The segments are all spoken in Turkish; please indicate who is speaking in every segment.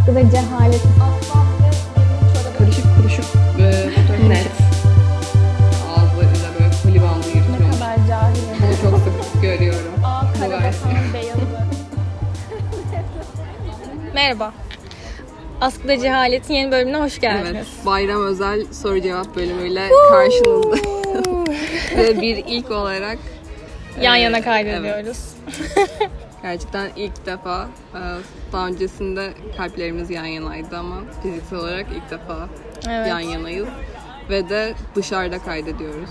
Speaker 1: hakkı ve cehalet.
Speaker 2: Aslan ve benim çorabım.
Speaker 3: Karışık kuruşuk e, fotoğrafını
Speaker 2: Net.
Speaker 3: çekip ağızlarıyla böyle koli bandı
Speaker 1: Ne
Speaker 3: yırtıyormuş.
Speaker 1: kadar cahil.
Speaker 3: Bunu çok sık görüyorum.
Speaker 1: Aa
Speaker 3: Bu
Speaker 1: karabasan
Speaker 3: versiyon.
Speaker 1: beyalı.
Speaker 4: Merhaba. Askıda Cehalet'in yeni bölümüne hoş
Speaker 3: Evet,
Speaker 4: geldiniz.
Speaker 3: bayram özel soru cevap bölümüyle karşınızda. Ve bir ilk olarak
Speaker 4: Yan
Speaker 3: e,
Speaker 4: yana
Speaker 3: evet.
Speaker 4: kaydediyoruz.
Speaker 3: gerçekten ilk defa e, daha öncesinde kalplerimiz yan yanaydı ama fiziksel olarak ilk defa
Speaker 4: Evet.
Speaker 3: yan yanayız. Ve de dışarıda kaydediyoruz.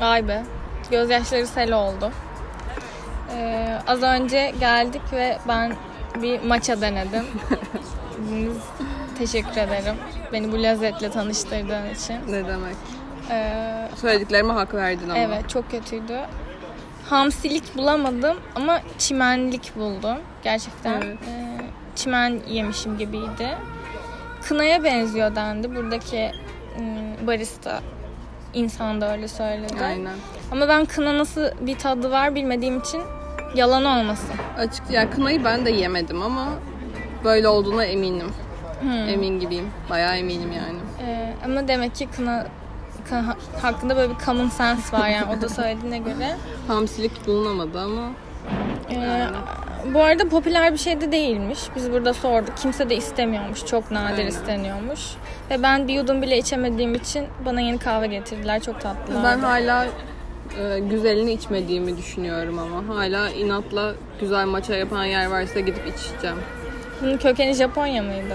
Speaker 4: Vay be. Gözyaşları sel oldu. Ee, az önce geldik ve ben bir maça denedim. Biz teşekkür ederim. Beni bu lezzetle tanıştırdığın için.
Speaker 3: Ne demek?
Speaker 4: Ee,
Speaker 3: Söylediklerime hak verdin ama.
Speaker 4: evet çok kötüydü. Hamsilik bulamadım ama çimenlik buldum. Gerçekten
Speaker 3: Evet.
Speaker 4: ee, çimen yemişim gibiydi. Kınaya benziyor dendi. Buradaki ım, barista insan da öyle söyledi.
Speaker 3: Aynen.
Speaker 4: Ama ben kına nasıl bir tadı var bilmediğim için yalan olmasın.
Speaker 3: Açık yani kınayı ben de yemedim ama böyle olduğuna eminim.
Speaker 4: Hmm.
Speaker 3: Emin gibiyim. Bayağı eminim yani.
Speaker 4: Ee, ama demek ki kına, kına ha- hakkında böyle bir common sense var yani o da söylediğine göre.
Speaker 3: Hamsilik bulunamadı ama
Speaker 4: Ee, bu arada popüler bir şey de değilmiş. Biz burada sorduk. Kimse de istemiyormuş. Çok nadir
Speaker 3: Aynen.
Speaker 4: isteniyormuş. Ve ben bir yudum bile içemediğim için bana yeni kahve getirdiler. Çok tatlılar.
Speaker 3: ben hala e, güzelini içmediğimi düşünüyorum ama hala inatla güzel maça yapan yer varsa gidip içeceğim.
Speaker 4: Bunun kökeni Japonya mıydı?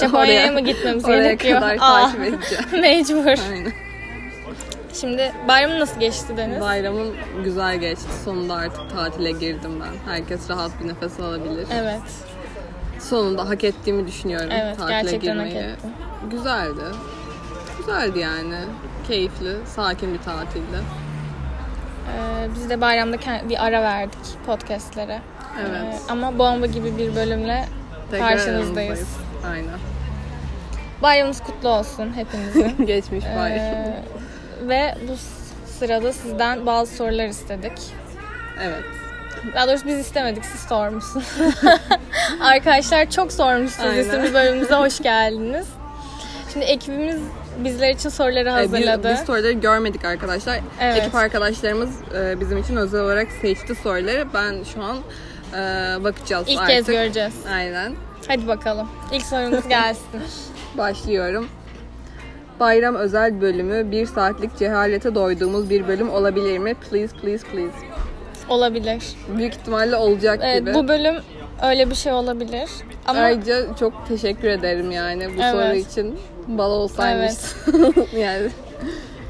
Speaker 4: Japonya'ya mı gitmemiz
Speaker 3: Oraya
Speaker 4: gerekiyor?
Speaker 3: kadar
Speaker 4: Aa,
Speaker 3: takip edeceğim.
Speaker 4: Mecbur.
Speaker 3: Aynen.
Speaker 4: Şimdi bayram nasıl geçti Deniz?
Speaker 3: Bayramım güzel geçti. Sonunda artık tatile girdim ben. Herkes rahat bir nefes alabilir.
Speaker 4: Evet.
Speaker 3: Sonunda hak ettiğimi düşünüyorum
Speaker 4: Evet,
Speaker 3: tatile
Speaker 4: gerçekten hak
Speaker 3: girmeyi.
Speaker 4: ettim.
Speaker 3: Güzeldi. Güzeldi yani. Keyifli, sakin bir tatildi.
Speaker 4: Ee, biz de bayramda ke- bir ara verdik podcastlere.
Speaker 3: Evet.
Speaker 4: Ee, ama bomba gibi bir bölümle
Speaker 3: Tekrar
Speaker 4: karşınızdayız.
Speaker 3: aramızdayız. Aynen.
Speaker 4: Bayramınız kutlu olsun hepinizin.
Speaker 3: Geçmiş bayram.
Speaker 4: Ee, ve bu s- sırada sizden bazı sorular istedik.
Speaker 3: Evet.
Speaker 4: Daha doğrusu biz istemedik, siz sormuşsunuz. Arkadaşlar çok sormuşsunuz
Speaker 3: Aynen.
Speaker 4: isimli bölümümüze hoş geldiniz. Şimdi ekibimiz bizler için soruları
Speaker 3: Ee, Biz,
Speaker 4: hazırladı.
Speaker 3: biz soruları görmedik arkadaşlar.
Speaker 4: Evet.
Speaker 3: Ekip arkadaşlarımız e, bizim için özel olarak seçti soruları. Ben şu an e, bakacağız
Speaker 4: İlk
Speaker 3: artık.
Speaker 4: kez göreceğiz.
Speaker 3: Aynen.
Speaker 4: Hadi bakalım. İlk sorumuz gelsin.
Speaker 3: Başlıyorum. Bayram özel bölümü bir saatlik cehalete doyduğumuz bir bölüm olabilir mi? Please please please.
Speaker 4: Olabilir.
Speaker 3: Büyük ihtimalle olacak
Speaker 4: Evet,
Speaker 3: gibi.
Speaker 4: bu bölüm öyle bir şey olabilir. Ama
Speaker 3: Ayrıca çok teşekkür ederim yani bu
Speaker 4: Evet.
Speaker 3: soru için. Bal olsaymış. yani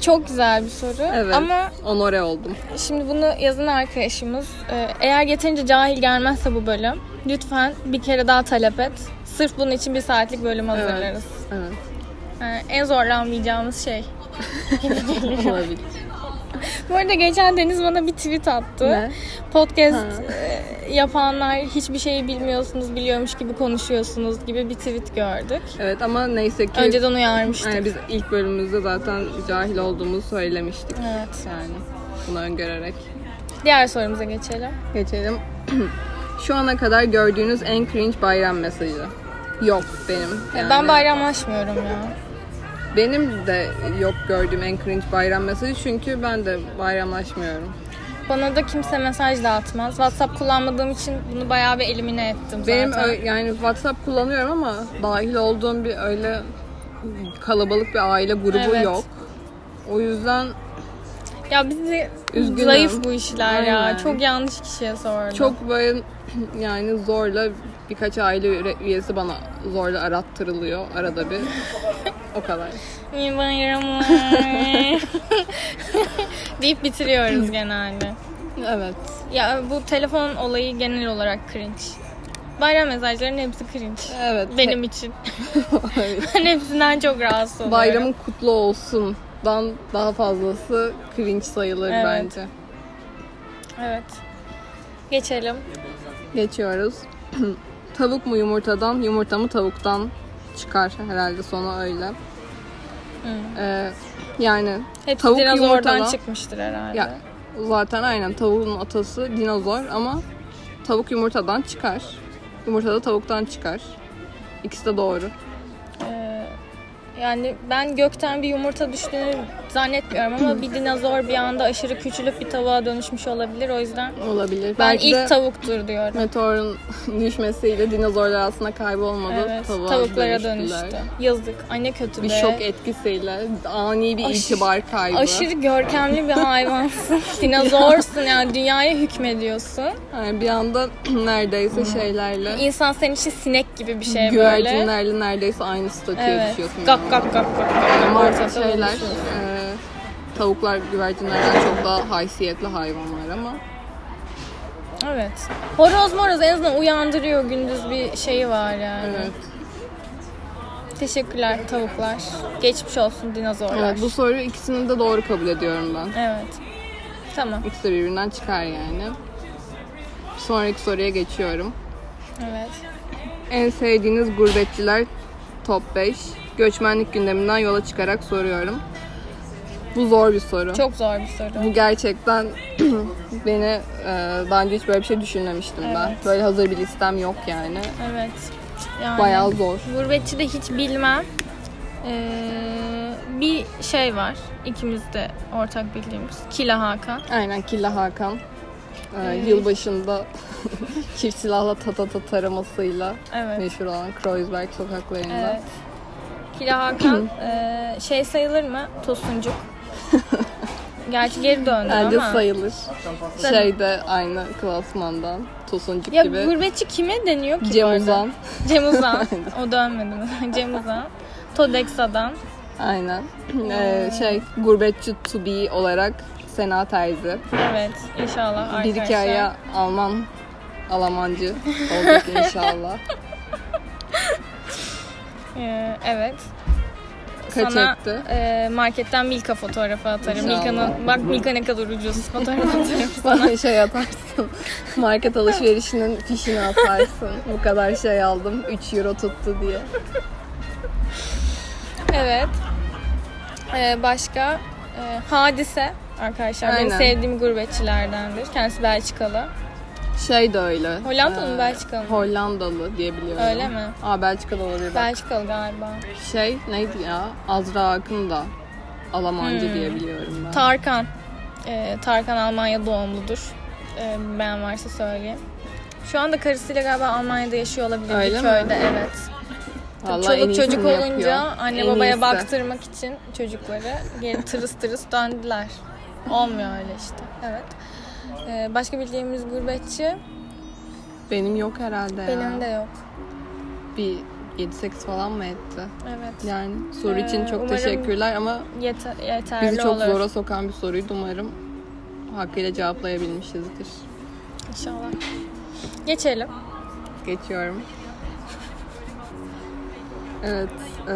Speaker 4: çok güzel bir soru.
Speaker 3: evet.
Speaker 4: Ama
Speaker 3: Onore oldum.
Speaker 4: şimdi bunu yazan arkadaşımız e, eğer yeterince cahil gelmezse bu bölüm lütfen bir kere daha talep et. Sırf bunun için bir saatlik bölüm hazırlarız.
Speaker 3: Evet.
Speaker 4: Yani en zorlanmayacağımız şey.
Speaker 3: Olabilir.
Speaker 4: Bu arada geçen Deniz bana bir tweet attı.
Speaker 3: Ne?
Speaker 4: Podcast e, yapanlar hiçbir şeyi bilmiyorsunuz, biliyormuş gibi konuşuyorsunuz gibi bir tweet gördük.
Speaker 3: Evet ama neyse ki
Speaker 4: Önceden uyarmıştık.
Speaker 3: yani biz ilk bölümümüzde zaten cahil olduğumuzu söylemiştik.
Speaker 4: Evet.
Speaker 3: Yani bunu öngörerek
Speaker 4: Diğer sorumuza geçelim.
Speaker 3: geçelim. Şu ana kadar gördüğünüz en cringe bayram mesajı. Yok benim. Yani
Speaker 4: E, Ben bayramlaşmıyorum ya.
Speaker 3: Benim de yok gördüğüm en cringe bayram mesajı çünkü ben de bayramlaşmıyorum.
Speaker 4: Bana da kimse mesaj dağıtmaz. WhatsApp kullanmadığım için bunu bayağı bir elimine ettim
Speaker 3: Benim
Speaker 4: zaten.
Speaker 3: ö- yani WhatsApp kullanıyorum ama dahil olduğum bir öyle kalabalık bir aile grubu
Speaker 4: Evet.
Speaker 3: yok. O yüzden
Speaker 4: Ya bizi
Speaker 3: Üzgünüm.
Speaker 4: zayıf bu işler
Speaker 3: Aynen.
Speaker 4: ya. Çok yanlış kişiye sordum.
Speaker 3: çok böyle yani zorla birkaç aile üre- üyesi bana zorla arattırılıyor arada bir. o kadar.
Speaker 4: İyi bayramlar. deyip bitiriyoruz genelde.
Speaker 3: Evet.
Speaker 4: Ya bu telefon olayı genel olarak cringe. Bayram mesajlarının hepsi cringe.
Speaker 3: Evet.
Speaker 4: Benim için. Ben hepsinden çok rahatsız oluyorum.
Speaker 3: Bayramın kutlu olsun'dan daha fazlası cringe sayılır
Speaker 4: Evet.
Speaker 3: bence.
Speaker 4: Evet. Geçelim.
Speaker 3: Geçiyoruz. Tavuk mu yumurtadan, yumurta mı tavuktan çıkar herhalde sonu öyle.
Speaker 4: Hmm.
Speaker 3: Ee, yani
Speaker 4: Hepsi
Speaker 3: Tavuk
Speaker 4: dinozordan
Speaker 3: yumurtadan-
Speaker 4: çıkmıştır herhalde.
Speaker 3: ya zaten aynen tavuğun atası dinozor ama tavuk yumurtadan çıkar. Yumurta da tavuktan çıkar. İkisi de doğru.
Speaker 4: Ee, yani ben gökten bir yumurta düştüğünü zannetmiyorum ama bir dinozor bir anda aşırı küçülüp bir tavuğa dönüşmüş olabilir. O yüzden
Speaker 3: Olabilir.
Speaker 4: ben
Speaker 3: Belki
Speaker 4: ilk
Speaker 3: de
Speaker 4: tavuktur diyorum.
Speaker 3: meteorun düşmesiyle dinozorlar aslında kaybolmadı.
Speaker 4: Evet,
Speaker 3: tavuğa
Speaker 4: tavuklara
Speaker 3: dönüştüler.
Speaker 4: dönüştü. Yazık. Ay ne kötü
Speaker 3: Bir
Speaker 4: be.
Speaker 3: şok etkisiyle ani bir
Speaker 4: Aş-
Speaker 3: itibar kaybı.
Speaker 4: Aşırı görkemli bir hayvansın. Dinozorsun yani dünyaya hükmediyorsun.
Speaker 3: Yani bir anda neredeyse şeylerle
Speaker 4: İnsan senin için sinek gibi bir şey böyle.
Speaker 3: güvercinlerle neredeyse aynı statüye
Speaker 4: Evet.
Speaker 3: düşüyorsun.
Speaker 4: Gak gak gak gak. gak.
Speaker 3: Ama artık
Speaker 4: Ortada
Speaker 3: şeyler
Speaker 4: oluşuyor.
Speaker 3: e, tavuklar güvercinlerden çok daha haysiyetli hayvanlar ama
Speaker 4: Evet. Horoz moroz en azından uyandırıyor gündüz bir şeyi var yani.
Speaker 3: e, evet.
Speaker 4: Teşekkürler tavuklar. Geçmiş olsun dinozorlar.
Speaker 3: Evet, bu soru ikisini de doğru kabul ediyorum ben.
Speaker 4: Evet. Tamam.
Speaker 3: İkisi de birbirinden çıkar yani. Sonraki soruya geçiyorum.
Speaker 4: Evet.
Speaker 3: En sevdiğiniz gurbetçiler top 5. Göçmenlik gündeminden yola çıkarak soruyorum. Bu zor bir soru.
Speaker 4: Çok zor bir soru.
Speaker 3: Bu gerçekten beni e, daha önce hiç böyle bir şey düşünmemiştim ben.
Speaker 4: Evet.
Speaker 3: Böyle hazır bir listem yok yani.
Speaker 4: Evet. Yani
Speaker 3: Bayağı zor.
Speaker 4: Gurbetçi de hiç bilmem. Ee, bir şey var. İkimiz de ortak bildiğimiz. Kila Hakan.
Speaker 3: Aynen Killa Hakan. E,
Speaker 4: Evet.
Speaker 3: Yılbaşında çift silahla tatata taramasıyla
Speaker 4: Evet.
Speaker 3: meşhur olan Kreuzberg sokaklarında.
Speaker 4: Evet. Kila Hakan eee, şey sayılır mı? Tosuncuk. Gerçi geri döndü
Speaker 3: Bence
Speaker 4: ama.
Speaker 3: sayılır.
Speaker 4: Sen-
Speaker 3: Şeyde aynı klasmandan. Tosuncuk
Speaker 4: Ya
Speaker 3: gibi.
Speaker 4: gurbetçi kime deniyor ki? bu
Speaker 3: Cem
Speaker 4: arada?
Speaker 3: Uzan.
Speaker 4: Cem Uzan. o dönmedi mi? Cem Uzan. Todexa'dan.
Speaker 3: Aynen. Ee,
Speaker 4: Hmm.
Speaker 3: şey gurbetçi to be olarak Sena Terzi.
Speaker 4: Evet inşallah arkadaşlar.
Speaker 3: Bir iki aya Alman Alamancı olacak inşallah.
Speaker 4: Eee, Ee, evet.
Speaker 3: Kaç
Speaker 4: Sana
Speaker 3: etti?
Speaker 4: eee, marketten Milka fotoğrafı atarım.
Speaker 3: İnşallah.
Speaker 4: Milka'nın bak Milka ne kadar ucuz fotoğrafı atarım.
Speaker 3: Bana şey atarsın. Market alışverişinin fişini atarsın. Bu kadar şey aldım. 3 euro tuttu diye.
Speaker 4: Evet. Ee, başka e, Hadise arkadaşlar
Speaker 3: Aynen.
Speaker 4: benim sevdiğim gurbetçilerdendir. Kendisi Belçikalı.
Speaker 3: Şey de öyle.
Speaker 4: Hollandalı mı,
Speaker 3: Ee,
Speaker 4: Belçikalı mı?
Speaker 3: Hollandalı diye biliyorum.
Speaker 4: Öyle mi?
Speaker 3: Aa Belçika'da olabilir. bak.
Speaker 4: Belçikalı galiba.
Speaker 3: Şey neydi ya? Azra Akın da Almanca
Speaker 4: Hmm.
Speaker 3: diye biliyorum ben.
Speaker 4: Tarkan. Ee, Tarkan Almanya doğumludur. Ee, ben varsa söyleyeyim. Şu anda karısıyla galiba Almanya'da yaşıyor olabilir
Speaker 3: Öyle
Speaker 4: bir
Speaker 3: mi?
Speaker 4: köyde evet.
Speaker 3: Vallahi en
Speaker 4: Çoluk
Speaker 3: iyisini
Speaker 4: çocuk
Speaker 3: yapıyor.
Speaker 4: olunca anne
Speaker 3: En
Speaker 4: babaya
Speaker 3: iyisi.
Speaker 4: baktırmak için çocukları geri tırıs tırıs döndüler. Olmuyor öyle işte. Evet. Ee, başka bildiğimiz gurbetçi
Speaker 3: Benim yok herhalde ya.
Speaker 4: benim de yok.
Speaker 3: Bir 7-8 falan mı etti?
Speaker 4: Evet.
Speaker 3: Yani soru
Speaker 4: Ee,
Speaker 3: için çok
Speaker 4: umarım
Speaker 3: teşekkürler ama
Speaker 4: Yeter, yeterli
Speaker 3: bizi çok
Speaker 4: olur.
Speaker 3: zora sokan bir soruydu umarım. Hakkıyla cevaplayabilmişizdir.
Speaker 4: İnşallah. Geçelim.
Speaker 3: Geçiyorum. Evet, e,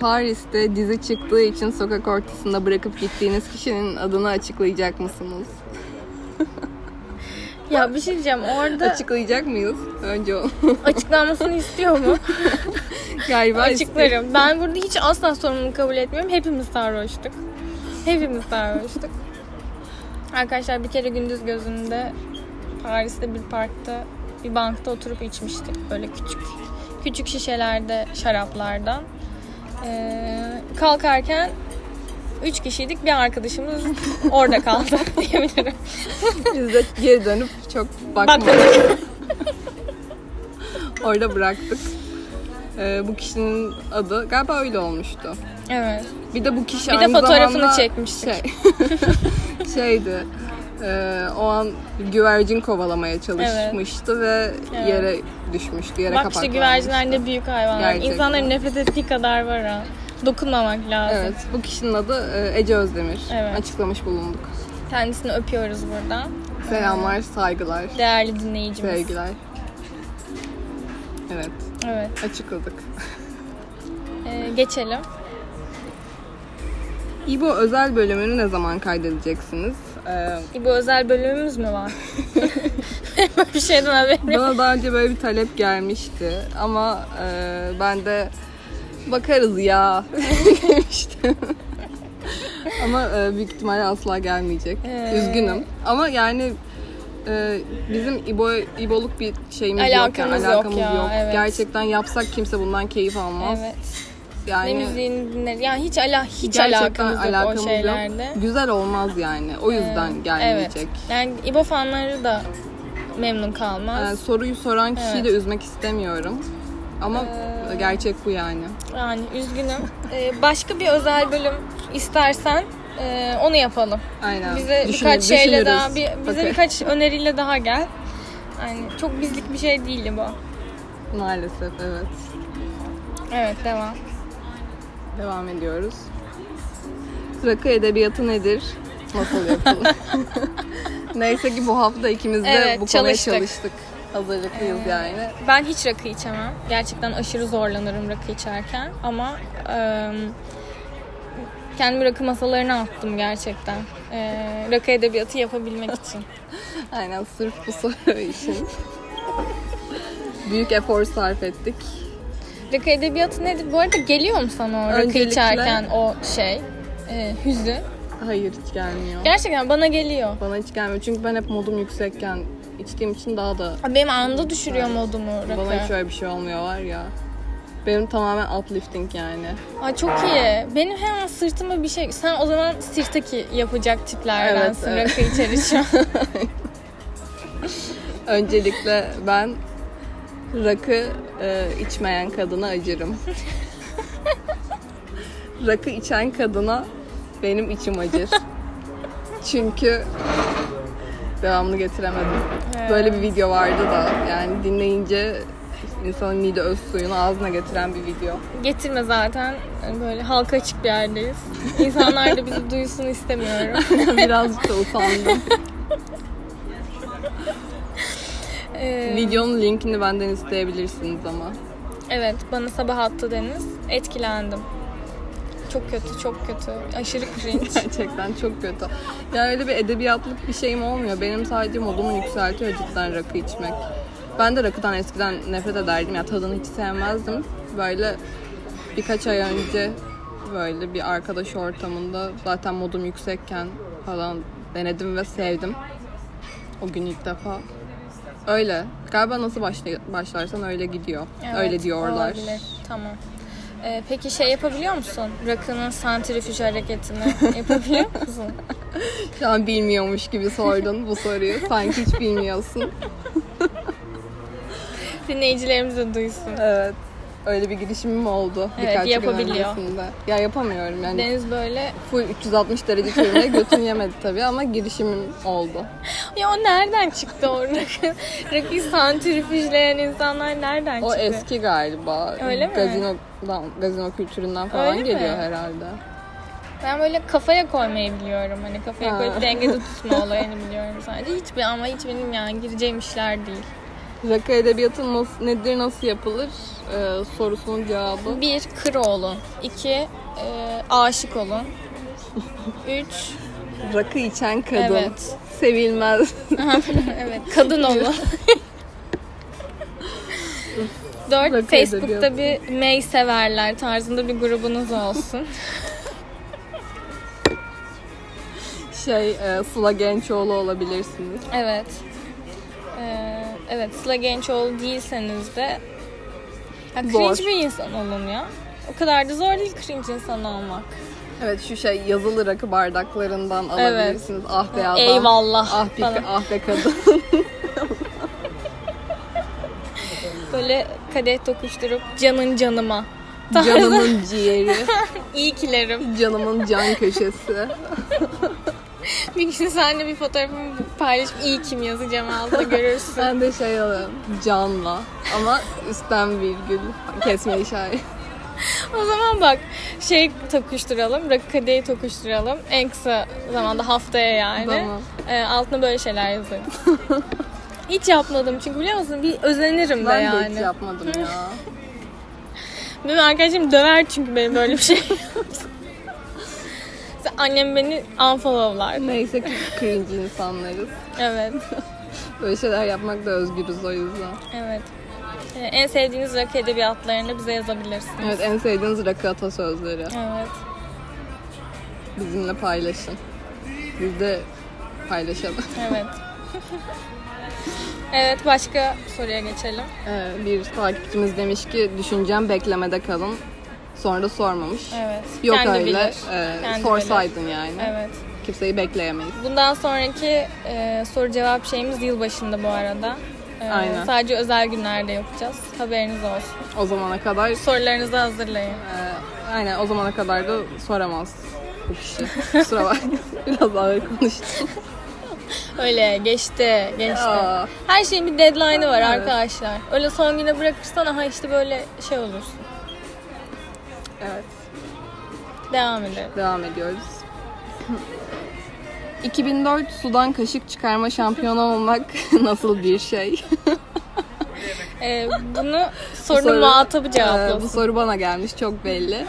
Speaker 3: Paris'te dizi çıktığı için sokak ortasında bırakıp gittiğiniz kişinin adını açıklayacak mısınız?
Speaker 4: Ya bir şey diyeceğim. Orada
Speaker 3: Açıklayacak mıyız? Önce o.
Speaker 4: açıklanmasını istiyor mu?
Speaker 3: Galiba
Speaker 4: Açıklarım. Ben burada hiç asla sorumluluğu kabul etmiyorum. Hepimiz sarhoştuk. Hepimiz sarhoştuk. Arkadaşlar bir kere gündüz gözünde Paris'te bir parkta bir bankta oturup içmiştik. Böyle küçük küçük şişelerde şaraplardan. Ee, kalkarken üç kişiydik. Bir arkadaşımız orada kaldı diyebilirim.
Speaker 3: Biz de geri dönüp çok bakmadık.
Speaker 4: Bakmadık.
Speaker 3: Orada bıraktık. Ee, bu kişinin adı galiba öyle olmuştu.
Speaker 4: Evet.
Speaker 3: Bir de bu kişi
Speaker 4: Bir de
Speaker 3: aynı
Speaker 4: fotoğrafını
Speaker 3: zamanda
Speaker 4: çekmiştik.
Speaker 3: Şey, şeydi. e, o an güvercin kovalamaya çalışmıştı ve
Speaker 4: Evet.
Speaker 3: yere düşmüştü. Yere
Speaker 4: Bak işte
Speaker 3: kapaklanmıştı.
Speaker 4: güvercinler ne büyük hayvanlar.
Speaker 3: Gerçekten.
Speaker 4: İnsanların nefret ettiği kadar var ha. Dokunmamak lazım.
Speaker 3: Evet, bu kişinin adı e, Ece Özdemir.
Speaker 4: Evet.
Speaker 3: Açıklamış bulunduk.
Speaker 4: Kendisini öpüyoruz buradan.
Speaker 3: Selamlar, saygılar,
Speaker 4: Değerli dinleyicimiz.
Speaker 3: sevgiler. Evet,
Speaker 4: Evet.
Speaker 3: açıkladık.
Speaker 4: Ee, geçelim.
Speaker 3: İbo özel bölümünü ne zaman kaydedeceksiniz? Ee,
Speaker 4: İbo özel bölümümüz mü var? Böyle bir şeyden haberim yok.
Speaker 3: bana daha önce böyle bir talep gelmişti ama e, ben de bakarız ya demiştim. ama e, büyük ihtimalle asla gelmeyecek.
Speaker 4: Ee.
Speaker 3: Üzgünüm. Ama yani e, bizim İbo, İboluk bir şeyimiz
Speaker 4: Alakamız
Speaker 3: yok.
Speaker 4: yok
Speaker 3: Yani, alakamız
Speaker 4: ya,
Speaker 3: yok.
Speaker 4: evet.
Speaker 3: Gerçekten yapsak kimse bundan keyif almaz.
Speaker 4: Evet.
Speaker 3: Yani
Speaker 4: Ne müziğini dinler. Yani hiç ala hiç
Speaker 3: gerçekten
Speaker 4: alakamız, yok o şeylerde. Ee,
Speaker 3: Güzel olmaz yani. O yüzden gelmeyecek.
Speaker 4: Evet. Yani İbo fanları da memnun kalmaz.
Speaker 3: Ee, soruyu soran kişiyi
Speaker 4: Evet.
Speaker 3: de üzmek istemiyorum. Ama
Speaker 4: Ee,
Speaker 3: gerçek bu yani.
Speaker 4: Yani üzgünüm. Ee, başka bir özel bölüm istersen e, onu yapalım.
Speaker 3: Aynen.
Speaker 4: Bize
Speaker 3: Düşünür-
Speaker 4: birkaç şeyle
Speaker 3: düşünürüz.
Speaker 4: daha bir, bize
Speaker 3: Bakın,
Speaker 4: birkaç öneriyle daha gel. Yani çok bizlik bir şey değil bu.
Speaker 3: Maalesef evet.
Speaker 4: Evet devam.
Speaker 3: Devam ediyoruz. Rakı edebiyatı nedir? Nasıl yapılır? Neyse ki bu hafta ikimiz de
Speaker 4: Evet,
Speaker 3: bu konuya
Speaker 4: çalıştık.
Speaker 3: çalıştık. Hazırlıklıyız yani.
Speaker 4: Ben hiç rakı içemem. Gerçekten aşırı zorlanırım rakı içerken ama e, kendimi rakı masalarına attım gerçekten. E, rakı edebiyatı yapabilmek için.
Speaker 3: Aynen sırf bu soru için. Büyük efor sarf ettik.
Speaker 4: Rakı edebiyatı nedir? Bu arada geliyor mu sana o rakı
Speaker 3: Öncelikle-
Speaker 4: içerken o şey? E, hüzün.
Speaker 3: Hayır hiç gelmiyor.
Speaker 4: Gerçekten bana geliyor.
Speaker 3: Bana hiç gelmiyor çünkü ben hep modum yüksekken içtiğim için daha da
Speaker 4: Abi Benim anında düşürüyor modumu rakı.
Speaker 3: bana hiç öyle bir şey olmuyor var ya. Benim tamamen uplifting yani.
Speaker 4: Ay çok iyi. Benim hemen sırtıma bir şey... Sen o zaman sirtaki yapacak tiplerdensin
Speaker 3: Evet,
Speaker 4: rakı içeri şu an.
Speaker 3: Öncelikle ben rakı e, içmeyen kadına acırım. rakı içen kadına benim içim acır. Çünkü devamını getiremedim. Böyle bir video vardı da yani dinleyince insanın mide öz suyunu ağzına getiren bir video.
Speaker 4: Getirme zaten. Yani Böyle halka açık bir yerdeyiz. İnsanlar da bizi duysun istemiyorum.
Speaker 3: Birazcık da utandım.
Speaker 4: Ee,
Speaker 3: Videonun linkini benden isteyebilirsiniz ama.
Speaker 4: evet bana sabah attı Deniz. Etkilendim. Çok kötü, çok kötü. Aşırı cringe.
Speaker 3: Gerçekten çok kötü. Yani öyle bir edebiyatlık bir şeyim olmuyor. Benim sadece modumu yükseltiyor cidden rakı içmek. Ben de rakıdan eskiden nefret ederdim. Ya tadını hiç sevmezdim. Böyle birkaç ay önce böyle bir arkadaş ortamında zaten modum yüksekken falan denedim ve sevdim. O gün ilk defa. Öyle. Galiba nasıl başlay- başlarsan öyle gidiyor.
Speaker 4: Evet,
Speaker 3: öyle diyorlar.
Speaker 4: olabilir. Tamam. Ee, peki şey yapabiliyor musun? Rakının santrifüj hareketini yapabiliyor musun?
Speaker 3: Şu an bilmiyormuş gibi sordun bu soruyu. Sanki hiç bilmiyorsun.
Speaker 4: Dinleyicilerimiz de duysun.
Speaker 3: Evet. Öyle bir girişimim oldu.
Speaker 4: Evet,
Speaker 3: birkaç gün
Speaker 4: yapabiliyor.
Speaker 3: öncesinde. Ya yapamıyorum yani.
Speaker 4: Deniz böyle
Speaker 3: Full 360 derece çevirmeye götüm yemedi tabii ama girişimim oldu.
Speaker 4: ya o nereden çıktı o rakı? Rakıyı santrifüjleyen insanlar nereden
Speaker 3: O
Speaker 4: çıktı?
Speaker 3: eski galiba.
Speaker 4: Öyle mi?
Speaker 3: Gazinodan, gazino kültüründen falan
Speaker 4: Öyle mi?
Speaker 3: geliyor herhalde.
Speaker 4: Ben böyle kafaya koymayı biliyorum. Hani kafaya
Speaker 3: Ha.
Speaker 4: koyup dengede tutma olayını biliyorum sadece. Hiçbir ama hiç benim yani gireceğim işler değil.
Speaker 3: Rakı edebiyatı nasıl, nedir, nasıl yapılır Ee, sorusunun cevabı.
Speaker 4: Bir, kır olun. İki, e, aşık olun. Üç,
Speaker 3: Rakı içen kadın.
Speaker 4: Evet.
Speaker 3: Sevilmez.
Speaker 4: evet kadın olun. Dört,
Speaker 3: Rakı
Speaker 4: Facebook'ta
Speaker 3: edebiyatı.
Speaker 4: bir May severler tarzında bir grubunuz olsun.
Speaker 3: şey, e, Sıla Gençoğlu olabilirsiniz.
Speaker 4: Evet. Ee, evet Sıla Gençoğlu değilseniz de ya
Speaker 3: Zor.
Speaker 4: cringe bir insan olun ya. O kadar da zor değil cringe insan olmak.
Speaker 3: Evet şu şey yazılı rakı bardaklarından alabilirsiniz. Ah be adam.
Speaker 4: Eyvallah
Speaker 3: Ah be,
Speaker 4: falan.
Speaker 3: ah be kadın.
Speaker 4: Böyle kadeh tokuşturup canın canıma.
Speaker 3: Canımın ciğeri.
Speaker 4: İyi kilerim.
Speaker 3: Canımın can köşesi.
Speaker 4: Bir gün seninle bir fotoğrafımı paylaşıp iyi kim yazacağım altta görürsün.
Speaker 3: Ben de şey alıyorum. Canla. Ama üstten virgül. Kesme işareti.
Speaker 4: o zaman bak şey tokuşturalım. Rakı kadehi tokuşturalım. En kısa zamanda haftaya yani.
Speaker 3: Tamam.
Speaker 4: Ee, altına böyle şeyler yazarım. Hiç yapmadım çünkü biliyor musun bir özenirim de
Speaker 3: Ben
Speaker 4: yani.
Speaker 3: de hiç yapmadım ya.
Speaker 4: Benim arkadaşım döver çünkü beni böyle bir şey yapsam. Mesela Annem beni unfollowlar.
Speaker 3: Neyse ki cringe insanlarız.
Speaker 4: Evet,
Speaker 3: Böyle şeyler yapmak da özgürüz o yüzden.
Speaker 4: evet. Ee, en sevdiğiniz rakı edebiyatlarını bize yazabilirsiniz.
Speaker 3: Evet en sevdiğiniz rakı atasözleri.
Speaker 4: Evet.
Speaker 3: Bizimle paylaşın. Biz de paylaşalım.
Speaker 4: Evet. Evet başka soruya geçelim.
Speaker 3: Ee, bir takipçimiz demiş ki düşüncem beklemede kalın. Sonra da sormamış.
Speaker 4: Evet.
Speaker 3: Yok
Speaker 4: Kendi
Speaker 3: öyle.
Speaker 4: bilir.
Speaker 3: Ee,
Speaker 4: Kendi
Speaker 3: sorsaydın yani.
Speaker 4: bilir. Evet.
Speaker 3: Kimseyi bekleyemeyiz.
Speaker 4: Bundan sonraki e, soru cevap şeyimiz yılbaşında bu arada. E,
Speaker 3: Aynen.
Speaker 4: Sadece özel günlerde yapacağız. Haberiniz olsun.
Speaker 3: O zamana kadar
Speaker 4: Sorularınızı hazırlayın.
Speaker 3: e, aynen o zamana kadar da soramaz bu kişi. Kusura bakmayın. Biraz ağır konuştum.
Speaker 4: Öyle geçti, geçti.
Speaker 3: Aa.
Speaker 4: Her şeyin bir deadline'ı var
Speaker 3: Evet.
Speaker 4: arkadaşlar. Öyle son güne bırakırsan aha işte böyle şey olursun.
Speaker 3: Evet.
Speaker 4: Devam edelim.
Speaker 3: Devam ediyoruz. 2004 sudan kaşık çıkarma şampiyonu olmak nasıl bir şey?
Speaker 4: E, bunu
Speaker 3: Bu
Speaker 4: sorunun
Speaker 3: soru-
Speaker 4: muhatabı
Speaker 3: Ee,
Speaker 4: cevaplasın.
Speaker 3: bu soru bana gelmiş çok belli.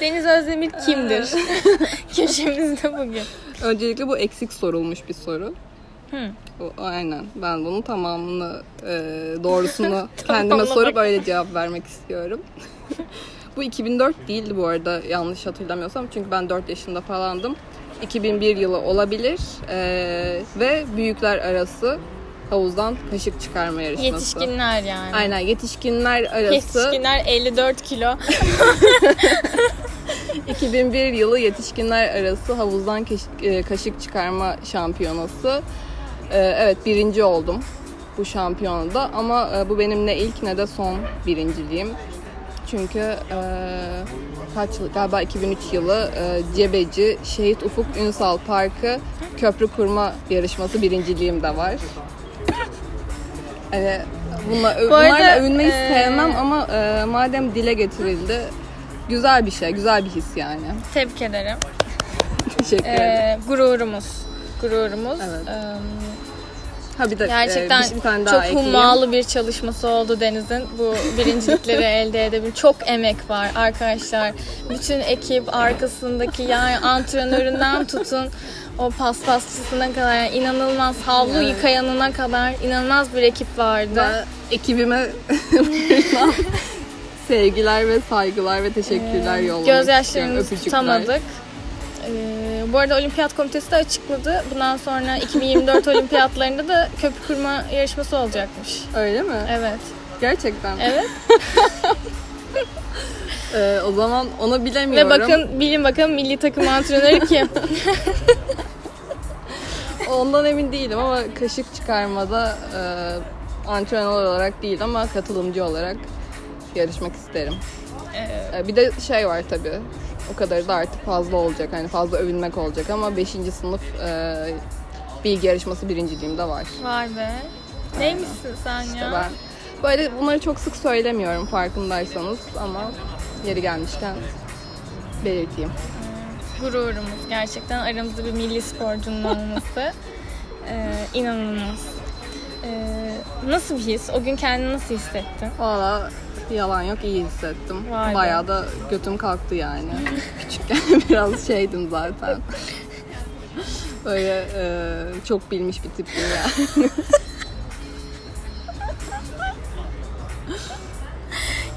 Speaker 4: Deniz Özdemir kimdir? Köşemizde bugün.
Speaker 3: Öncelikle bu eksik sorulmuş bir soru.
Speaker 4: Hı.
Speaker 3: O- Aynen. Ben bunun tamamını, e, doğrusunu kendime
Speaker 4: Tamamlamak.
Speaker 3: sorup öyle cevap vermek istiyorum. bu 2004 değildi bu arada yanlış hatırlamıyorsam. Çünkü ben 4 yaşında falandım. 2001 yılı olabilir. E, ve büyükler arası havuzdan kaşık çıkarma yarışması.
Speaker 4: Yetişkinler yani.
Speaker 3: Aynen yetişkinler arası
Speaker 4: Yetişkinler 54 kilo.
Speaker 3: 2001 yılı yetişkinler arası havuzdan keş- e, kaşık çıkarma şampiyonası. E, Evet birinci oldum bu şampiyonada ama e, bu benim ne ilk ne de son birinciliğim. Çünkü e, kaç yıl- galiba 2003 yılı e, Cebeci Şehit Ufuk Ünsal Parkı köprü kurma yarışması birinciliğim de var. Hani bunla,
Speaker 4: Bu arada,
Speaker 3: bunlarla övünmeyi
Speaker 4: e,
Speaker 3: sevmem ama e, madem dile getirildi güzel bir şey, güzel bir his yani.
Speaker 4: Tebrik ederim.
Speaker 3: Teşekkür ederim.
Speaker 4: Ee, gururumuz. Gururumuz.
Speaker 3: Evet.
Speaker 4: Ee,
Speaker 3: Ha bir de e,
Speaker 4: gerçekten
Speaker 3: bir, şey- bir tane daha
Speaker 4: çok
Speaker 3: ekleyeyim.
Speaker 4: hummalı bir çalışması oldu Deniz'in. Bu birincilikleri elde edebil. Çok emek var arkadaşlar. Bütün ekip arkasındaki yani antrenöründen tutun o paspasçısına kadar yani inanılmaz havlu yıkayanına kadar inanılmaz bir ekip vardı.
Speaker 3: Ben ekibime buradan sevgiler ve saygılar ve teşekkürler yollamak istiyorum.
Speaker 4: Hmm. Gözyaşlarımızı
Speaker 3: Öpücükler.
Speaker 4: tutamadık. Ee, bu arada Olimpiyat Komitesi de açıkladı. Bundan sonra 2024 Olimpiyatlarında da köprü kurma yarışması olacakmış.
Speaker 3: Öyle mi?
Speaker 4: Evet.
Speaker 3: Gerçekten.
Speaker 4: Evet.
Speaker 3: Ee, o zaman ona
Speaker 4: Ve
Speaker 3: bilemiyorum.
Speaker 4: bakın bilin bakın milli takım antrenörü kim?
Speaker 3: Ondan emin değilim ama kaşık çıkarmada e, antrenör olarak değil ama katılımcı olarak yarışmak isterim.
Speaker 4: Ee,
Speaker 3: E, bir de şey var tabii. O kadar da artık fazla olacak. Hani fazla övünmek olacak ama 5. sınıf e, bilgi yarışması birinciliğimde var.
Speaker 4: Vay be. Neymişsin sen
Speaker 3: İşte
Speaker 4: ya?
Speaker 3: ben böyle bunları çok sık söylemiyorum farkındaysanız ama yeri gelmişken belirteyim.
Speaker 4: Gururumuz gerçekten aramızda bir milli sporcunun olması ee, inanılmaz. Ee, nasıl bir his? O gün kendini nasıl hissettin?
Speaker 3: Valla yalan yok iyi hissettim.
Speaker 4: Vay be.
Speaker 3: Bayağı da götüm kalktı yani. Küçükken biraz şeydim zaten. Böyle e, çok bilmiş bir tip değil yani.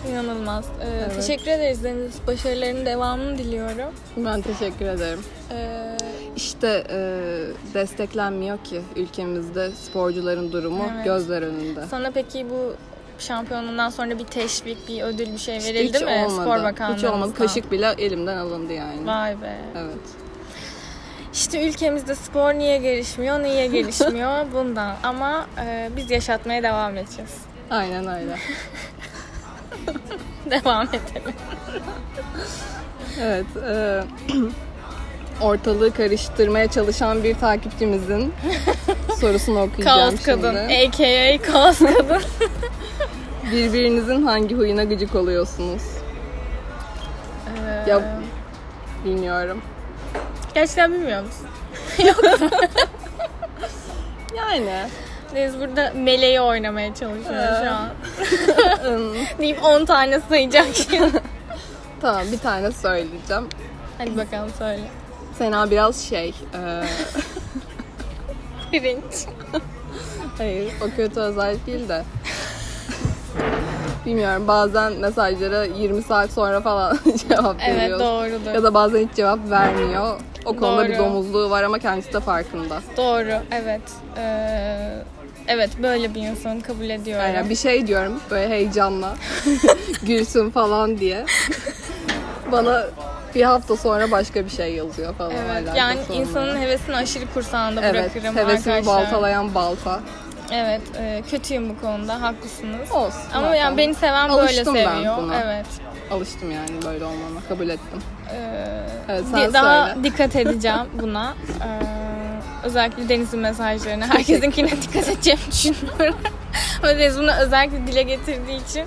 Speaker 4: İnanılmaz. Ee, Teşekkür ederiz Deniz. Başarılarının devamını diliyorum.
Speaker 3: Ben teşekkür ederim.
Speaker 4: Ee,
Speaker 3: İşte e, desteklenmiyor ki ülkemizde sporcuların durumu
Speaker 4: Evet.
Speaker 3: gözler önünde.
Speaker 4: sana peki bu şampiyonundan sonra bir teşvik, bir ödül, bir şey
Speaker 3: İşte
Speaker 4: verildi
Speaker 3: hiç
Speaker 4: mi?
Speaker 3: olmadı.
Speaker 4: Spor Bakanlığı'ndan.
Speaker 3: Hiç olmadı. Kaşık bile elimden alındı yani.
Speaker 4: Vay be.
Speaker 3: Evet.
Speaker 4: İşte ülkemizde spor niye gelişmiyor, niye gelişmiyor bundan. Ama e, biz yaşatmaya devam edeceğiz.
Speaker 3: Aynen öyle.
Speaker 4: Devam edelim.
Speaker 3: Evet. e, ortalığı karıştırmaya çalışan bir takipçimizin sorusunu okuyacağım
Speaker 4: Kaos
Speaker 3: şimdi.
Speaker 4: kadın. E- AKA kaos kadın.
Speaker 3: Birbirinizin hangi huyuna gıcık oluyorsunuz?
Speaker 4: Ee,
Speaker 3: Ya bilmiyorum.
Speaker 4: Gerçekten bilmiyor musun?
Speaker 3: Yani.
Speaker 4: Deniz burada meleği oynamaya çalışıyor şu an.
Speaker 3: ım,
Speaker 4: Deyip 10 tane sayacak şimdi.
Speaker 3: tamam bir tane söyleyeceğim.
Speaker 4: Hadi bakalım söyle.
Speaker 3: Sena biraz şey. e,
Speaker 4: Pirinç.
Speaker 3: Hayır, o kötü özellik değil de. Bilmiyorum bazen mesajlara 20 saat sonra falan cevap
Speaker 4: Evet
Speaker 3: veriyor.
Speaker 4: doğrudur.
Speaker 3: Ya da bazen hiç cevap vermiyor. O konuda bir
Speaker 4: Doğru.
Speaker 3: domuzluğu var ama kendisi de farkında.
Speaker 4: Doğru, evet. Ee, evet, böyle bir insanı kabul ediyorum.
Speaker 3: Yani bir şey diyorum böyle heyecanla gülsün falan diye. Bana bir hafta sonra başka bir şey yazıyor falan.
Speaker 4: Evet,
Speaker 3: alakası
Speaker 4: yani
Speaker 3: olmayan.
Speaker 4: insanın hevesini aşırı kursağında
Speaker 3: evet,
Speaker 4: bırakırım
Speaker 3: hevesini
Speaker 4: arkadaşlar.
Speaker 3: baltalayan balta.
Speaker 4: Evet, e, kötüyüm bu konuda, haklısınız.
Speaker 3: Olsun.
Speaker 4: Ama
Speaker 3: zaten.
Speaker 4: yani beni seven
Speaker 3: Alıştım
Speaker 4: böyle
Speaker 3: ben
Speaker 4: seviyor.
Speaker 3: buna.
Speaker 4: Evet.
Speaker 3: Alıştım yani böyle olmama kabul ettim.
Speaker 4: Ee,
Speaker 3: Evet,
Speaker 4: di-
Speaker 3: sen
Speaker 4: daha
Speaker 3: söyle.
Speaker 4: dikkat edeceğim buna. Ee, özellikle Deniz'in mesajlarına. Herkesinkine dikkat edeceğimi düşünüyorum. Ama Deniz bunu özellikle dile getirdiği için.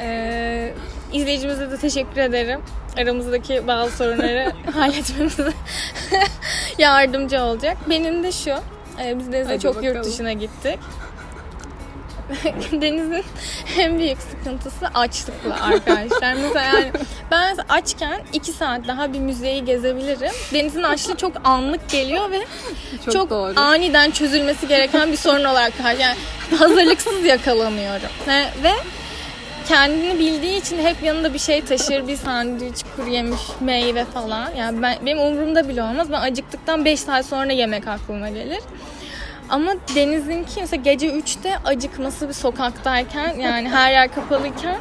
Speaker 4: Ee, izleyicimize de teşekkür ederim. Aramızdaki bazı sorunları halletmemize yardımcı olacak. Benim de şu. e, Biz Deniz'le
Speaker 3: Hadi
Speaker 4: çok yurt
Speaker 3: bakalım.
Speaker 4: dışına gittik. Deniz'in en büyük sıkıntısı açlıkla arkadaşlar. Mesela yani ben açken iki saat daha bir müzeyi gezebilirim. Deniz'in açlığı çok anlık geliyor ve
Speaker 3: Çok
Speaker 4: çok,
Speaker 3: doğru.
Speaker 4: aniden çözülmesi gereken bir sorun olarak kar- yani hazırlıksız yakalanıyorum. Ve, ve kendini bildiği için hep yanında bir şey taşır. Bir sandviç, kuru yemiş, meyve falan. Yani ben, benim umurumda bile olmaz. Ben acıktıktan 5 saat sonra yemek aklıma gelir. Ama Deniz'inki mesela gece 3'te acıkması bir sokaktayken yani her yer kapalıyken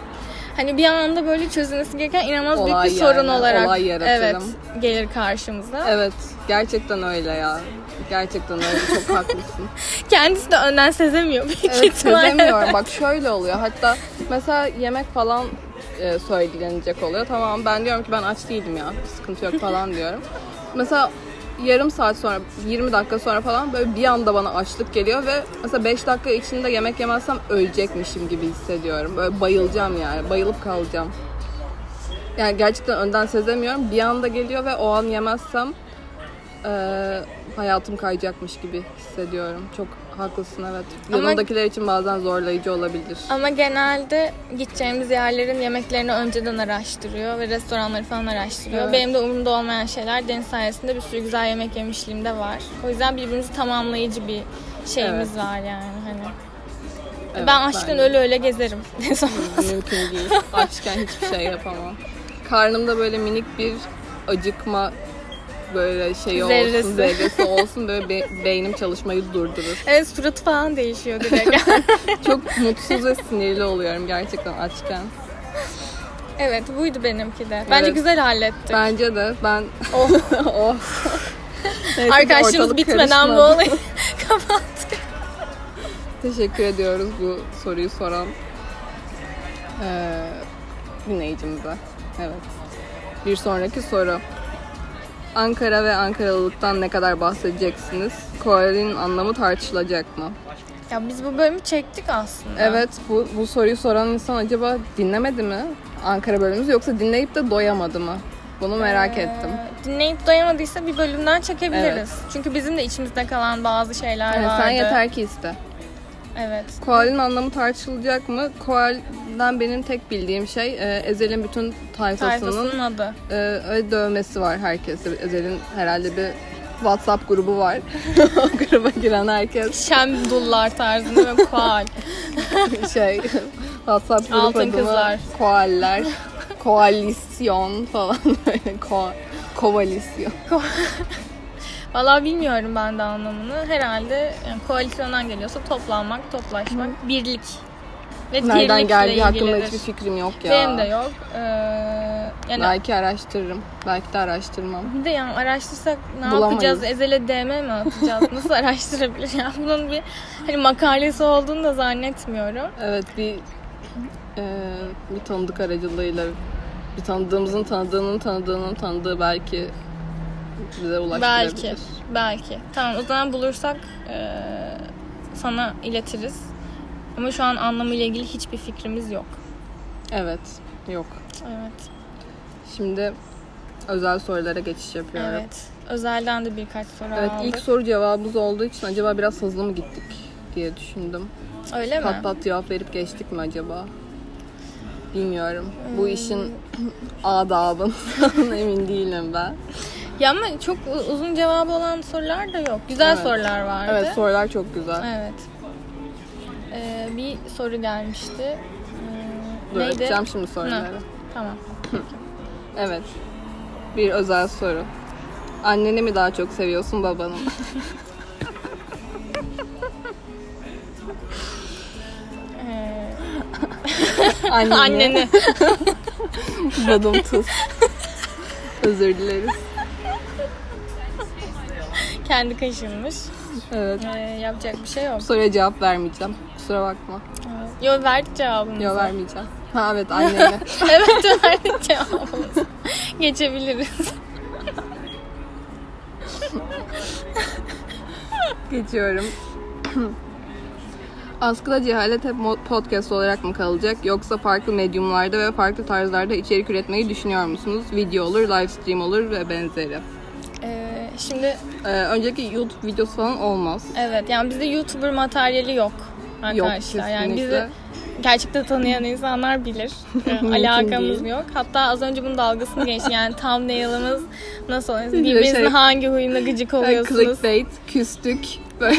Speaker 4: hani bir anda böyle çözülmesi gereken inanılmaz
Speaker 3: Olay
Speaker 4: büyük bir sorun
Speaker 3: yani,
Speaker 4: olarak
Speaker 3: olay yaratırım.
Speaker 4: evet gelir karşımıza.
Speaker 3: Evet gerçekten öyle ya. Gerçekten öyle çok haklısın.
Speaker 4: Kendisi de önden sezemiyor büyük
Speaker 3: Evet,
Speaker 4: ihtimalle.
Speaker 3: sezemiyorum. Bak şöyle oluyor. Hatta mesela yemek falan e, söylenecek oluyor. Tamam ben diyorum ki ben aç değilim ya. Sıkıntı yok falan diyorum. Mesela yarım saat sonra, 20 dakika sonra falan böyle bir anda bana açlık geliyor ve mesela 5 dakika içinde yemek yemezsem ölecekmişim gibi hissediyorum. Böyle bayılacağım yani. Bayılıp kalacağım. Yani gerçekten önden sezemiyorum. Bir anda geliyor ve o an yemezsem e, hayatım kayacakmış gibi hissediyorum. Çok haklısın evet.
Speaker 4: Ama-
Speaker 3: Yanındakiler için bazen zorlayıcı olabilir.
Speaker 4: Ama genelde gideceğimiz yerlerin yemeklerini önceden araştırıyor ve restoranları falan araştırıyor.
Speaker 3: Evet.
Speaker 4: Benim de umurumda olmayan şeyler Deniz sayesinde bir sürü güzel yemek yemişliğim de var. O yüzden birbirimizi tamamlayıcı bir şeyimiz var yani hani.
Speaker 3: Evet,
Speaker 4: ben açlıktan
Speaker 3: de.
Speaker 4: öyle öyle gezerim. Deniz olmaz.
Speaker 3: Mümkün değil. Açken hiçbir şey yapamam. Karnımda böyle minik bir acıkma böyle şeyi olsun,
Speaker 4: Zerresi.
Speaker 3: zerresi olsun böyle be- beynim çalışmayı durdurur.
Speaker 4: evet suratı falan değişiyor direkt.
Speaker 3: Çok mutsuz ve sinirli oluyorum gerçekten açken.
Speaker 4: evet buydu benimki de. Bence
Speaker 3: Evet.
Speaker 4: güzel hallettik.
Speaker 3: Bence de ben
Speaker 4: Oh.
Speaker 3: oh. Neyse ki
Speaker 4: Arkadaşımız
Speaker 3: ortalık
Speaker 4: bitmeden bu
Speaker 3: karışmadı.
Speaker 4: olayı kapattık.
Speaker 3: Teşekkür ediyoruz bu soruyu soran eee dinleyicimize. Evet. Bir sonraki soru. Ankara ve Ankaralılıktan ne kadar bahsedeceksiniz? Koalinin anlamı tartışılacak mı?
Speaker 4: Ya biz bu bölümü çektik aslında.
Speaker 3: Evet, bu, bu soruyu soran insan acaba dinlemedi mi Ankara bölümümüzü yoksa dinleyip de doyamadı mı? Bunu merak
Speaker 4: Ee,
Speaker 3: ettim.
Speaker 4: Dinleyip doyamadıysa bir bölümden çekebiliriz.
Speaker 3: Evet.
Speaker 4: Çünkü bizim de içimizde kalan bazı şeyler
Speaker 3: Yani
Speaker 4: vardı.
Speaker 3: sen yeter ki iste.
Speaker 4: Evet.
Speaker 3: Koal'in anlamı tartışılacak mı? Koal'den benim tek bildiğim şey e, Ezel'in bütün tayfasının
Speaker 4: Sayfasının adı.
Speaker 3: e, öyle dövmesi var herkese. Ezel'in herhalde bir WhatsApp grubu var. o gruba giren herkes
Speaker 4: Şemdullar tarzında ve koal.
Speaker 3: şey WhatsApp grup
Speaker 4: Altın
Speaker 3: adını
Speaker 4: kızlar.
Speaker 3: koaller, koalisyon falan böyle ko koalisyon.
Speaker 4: Valla bilmiyorum ben de anlamını. Herhalde yani koalisyondan geliyorsa toplanmak, toplaşmak, birlik. Ve
Speaker 3: Nereden
Speaker 4: birlikle
Speaker 3: geldiği hakkında
Speaker 4: ilgilidir.
Speaker 3: hiçbir fikrim yok ya.
Speaker 4: Benim de yok. Ee, yani
Speaker 3: Belki araştırırım. Belki de araştırmam.
Speaker 4: Bir de yani araştırsak ne
Speaker 3: Bulamayız.
Speaker 4: yapacağız? Ezele DM mi atacağız? Nasıl araştırabilir? Yani bunun bir hani makalesi olduğunu da zannetmiyorum.
Speaker 3: Evet bir e, bir tanıdık aracılığıyla bir tanıdığımızın tanıdığının tanıdığının tanıdığı belki bize ulaştırabilir.
Speaker 4: Belki. Belki. Tamam o zaman bulursak e, sana iletiriz. Ama şu an anlamıyla ilgili hiçbir fikrimiz yok.
Speaker 3: Evet. Yok.
Speaker 4: Evet.
Speaker 3: Şimdi özel sorulara geçiş yapıyorum.
Speaker 4: Evet. Özelden de birkaç soru
Speaker 3: Evet,
Speaker 4: aldık.
Speaker 3: ilk soru cevabımız olduğu için acaba biraz hızlı mı gittik diye düşündüm.
Speaker 4: Öyle mi?
Speaker 3: Pat pat cevap verip geçtik mi acaba? Bilmiyorum. Bu
Speaker 4: Hmm.
Speaker 3: işin adabından emin değilim ben.
Speaker 4: Ya ama çok u- uzun cevabı olan sorular da yok. Güzel
Speaker 3: Evet.
Speaker 4: sorular vardı.
Speaker 3: Evet sorular çok güzel.
Speaker 4: Evet. Ee, bir soru gelmişti. E, Ee,
Speaker 3: Dur açacağım şimdi soruları.
Speaker 4: Hı, Tamam.
Speaker 3: Evet. Bir özel soru. Anneni mi daha çok seviyorsun babanı mı?
Speaker 4: Ee,
Speaker 3: Anneni.
Speaker 4: anneni.
Speaker 3: Badum tuz. Özür dileriz.
Speaker 4: Kendi kaşınmış.
Speaker 3: Evet.
Speaker 4: Ee, yapacak bir şey yok.
Speaker 3: Bu soruya cevap vermeyeceğim. Kusura bakma.
Speaker 4: Yo verdik cevabını.
Speaker 3: Yok vermeyeceğim. Ha evet anneni.
Speaker 4: evet verdik cevabını. Geçebiliriz.
Speaker 3: Geçiyorum. Askıda cehalet hep mo- podcast olarak mı kalacak yoksa farklı medyumlarda ve farklı tarzlarda içerik üretmeyi düşünüyor musunuz? Video olur, live stream olur ve benzeri.
Speaker 4: Ee, şimdi
Speaker 3: Ee, önceki YouTube videosu falan olmaz.
Speaker 4: evet yani bizde YouTuber materyali yok arkadaşlar. yani bizi
Speaker 3: kesinlikle.
Speaker 4: gerçekten tanıyan insanlar bilir. Ee, alakamız
Speaker 3: değil.
Speaker 4: yok. Hatta az önce bunun dalgasını geçti. Yani thumbnail'ımız nasıl oluyor?
Speaker 3: Böyle
Speaker 4: Birbirinizin
Speaker 3: şey-
Speaker 4: hangi huyuna gıcık
Speaker 3: Ee,
Speaker 4: oluyorsunuz?
Speaker 3: Clickbait, küstük. Böyle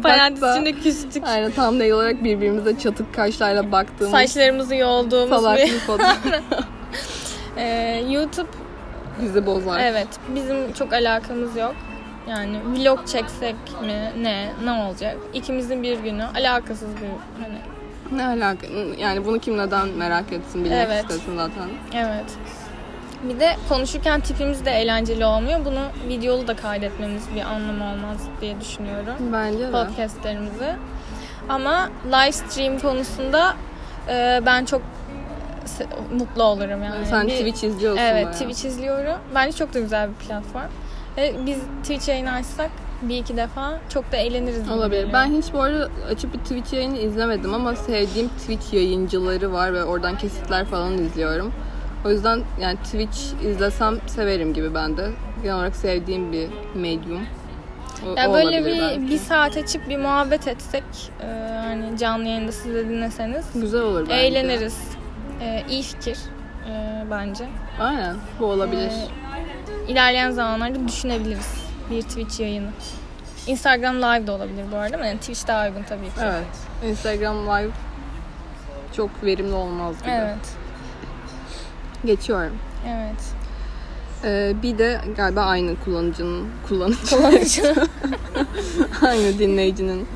Speaker 4: Parantez
Speaker 3: kapakta.
Speaker 4: içinde küstük.
Speaker 3: Aynen tam değil olarak birbirimize çatık kaşlarla baktığımız
Speaker 4: Saçlarımızı yolduğumuz
Speaker 3: salak
Speaker 4: bir
Speaker 3: bir fotoğraf
Speaker 4: Ee, YouTube
Speaker 3: bizi bozar.
Speaker 4: Evet, bizim çok alakamız yok. Yani vlog çeksek mi ne ne olacak? İkimizin bir günü alakasız bir hani
Speaker 3: Ne alaka? Yani bunu kim neden merak etsin bilmek
Speaker 4: Evet.
Speaker 3: istesin zaten.
Speaker 4: evet. Bir de konuşurken tipimiz de eğlenceli olmuyor. Bunu videolu da kaydetmemiz bir anlamı olmaz diye düşünüyorum.
Speaker 3: Bence de.
Speaker 4: Podcastlerimizi. Ama live stream konusunda e, ben çok se- mutlu olurum yani.
Speaker 3: Sen
Speaker 4: Bir-
Speaker 3: Twitch izliyorsun
Speaker 4: Evet
Speaker 3: bayağı.
Speaker 4: Twitch izliyorum. Bence çok da güzel bir platform. Ve biz Twitch yayını açsak bir iki defa çok da eğleniriz. gibi
Speaker 3: Olabilir.
Speaker 4: geliyor.
Speaker 3: Ben hiç bu arada açıp bir Twitch yayını izlemedim ama sevdiğim Twitch yayıncıları var ve oradan kesitler falan izliyorum. O yüzden yani Twitch izlesem severim gibi ben de. Genel olarak sevdiğim bir medium. O,
Speaker 4: ya
Speaker 3: o
Speaker 4: böyle
Speaker 3: olabilir
Speaker 4: bir,
Speaker 3: belki.
Speaker 4: bir saat açıp bir muhabbet etsek e, hani canlı yayında siz de dinleseniz
Speaker 3: Güzel olur bence.
Speaker 4: eğleniriz. E, iyi fikir e, bence.
Speaker 3: Aynen. Bu
Speaker 4: Ee,
Speaker 3: olabilir.
Speaker 4: şey- İlerleyen zamanlarda düşünebiliriz bir Twitch yayını. Instagram live de olabilir bu arada ama yani Twitch daha uygun tabii ki.
Speaker 3: Evet. Instagram Live çok verimli olmaz gibi.
Speaker 4: Evet.
Speaker 3: Geçiyorum.
Speaker 4: Evet.
Speaker 3: Ee, bir de galiba aynı kullanıcının kullanıcı
Speaker 4: Kullanıcı.
Speaker 3: aynı dinleyicinin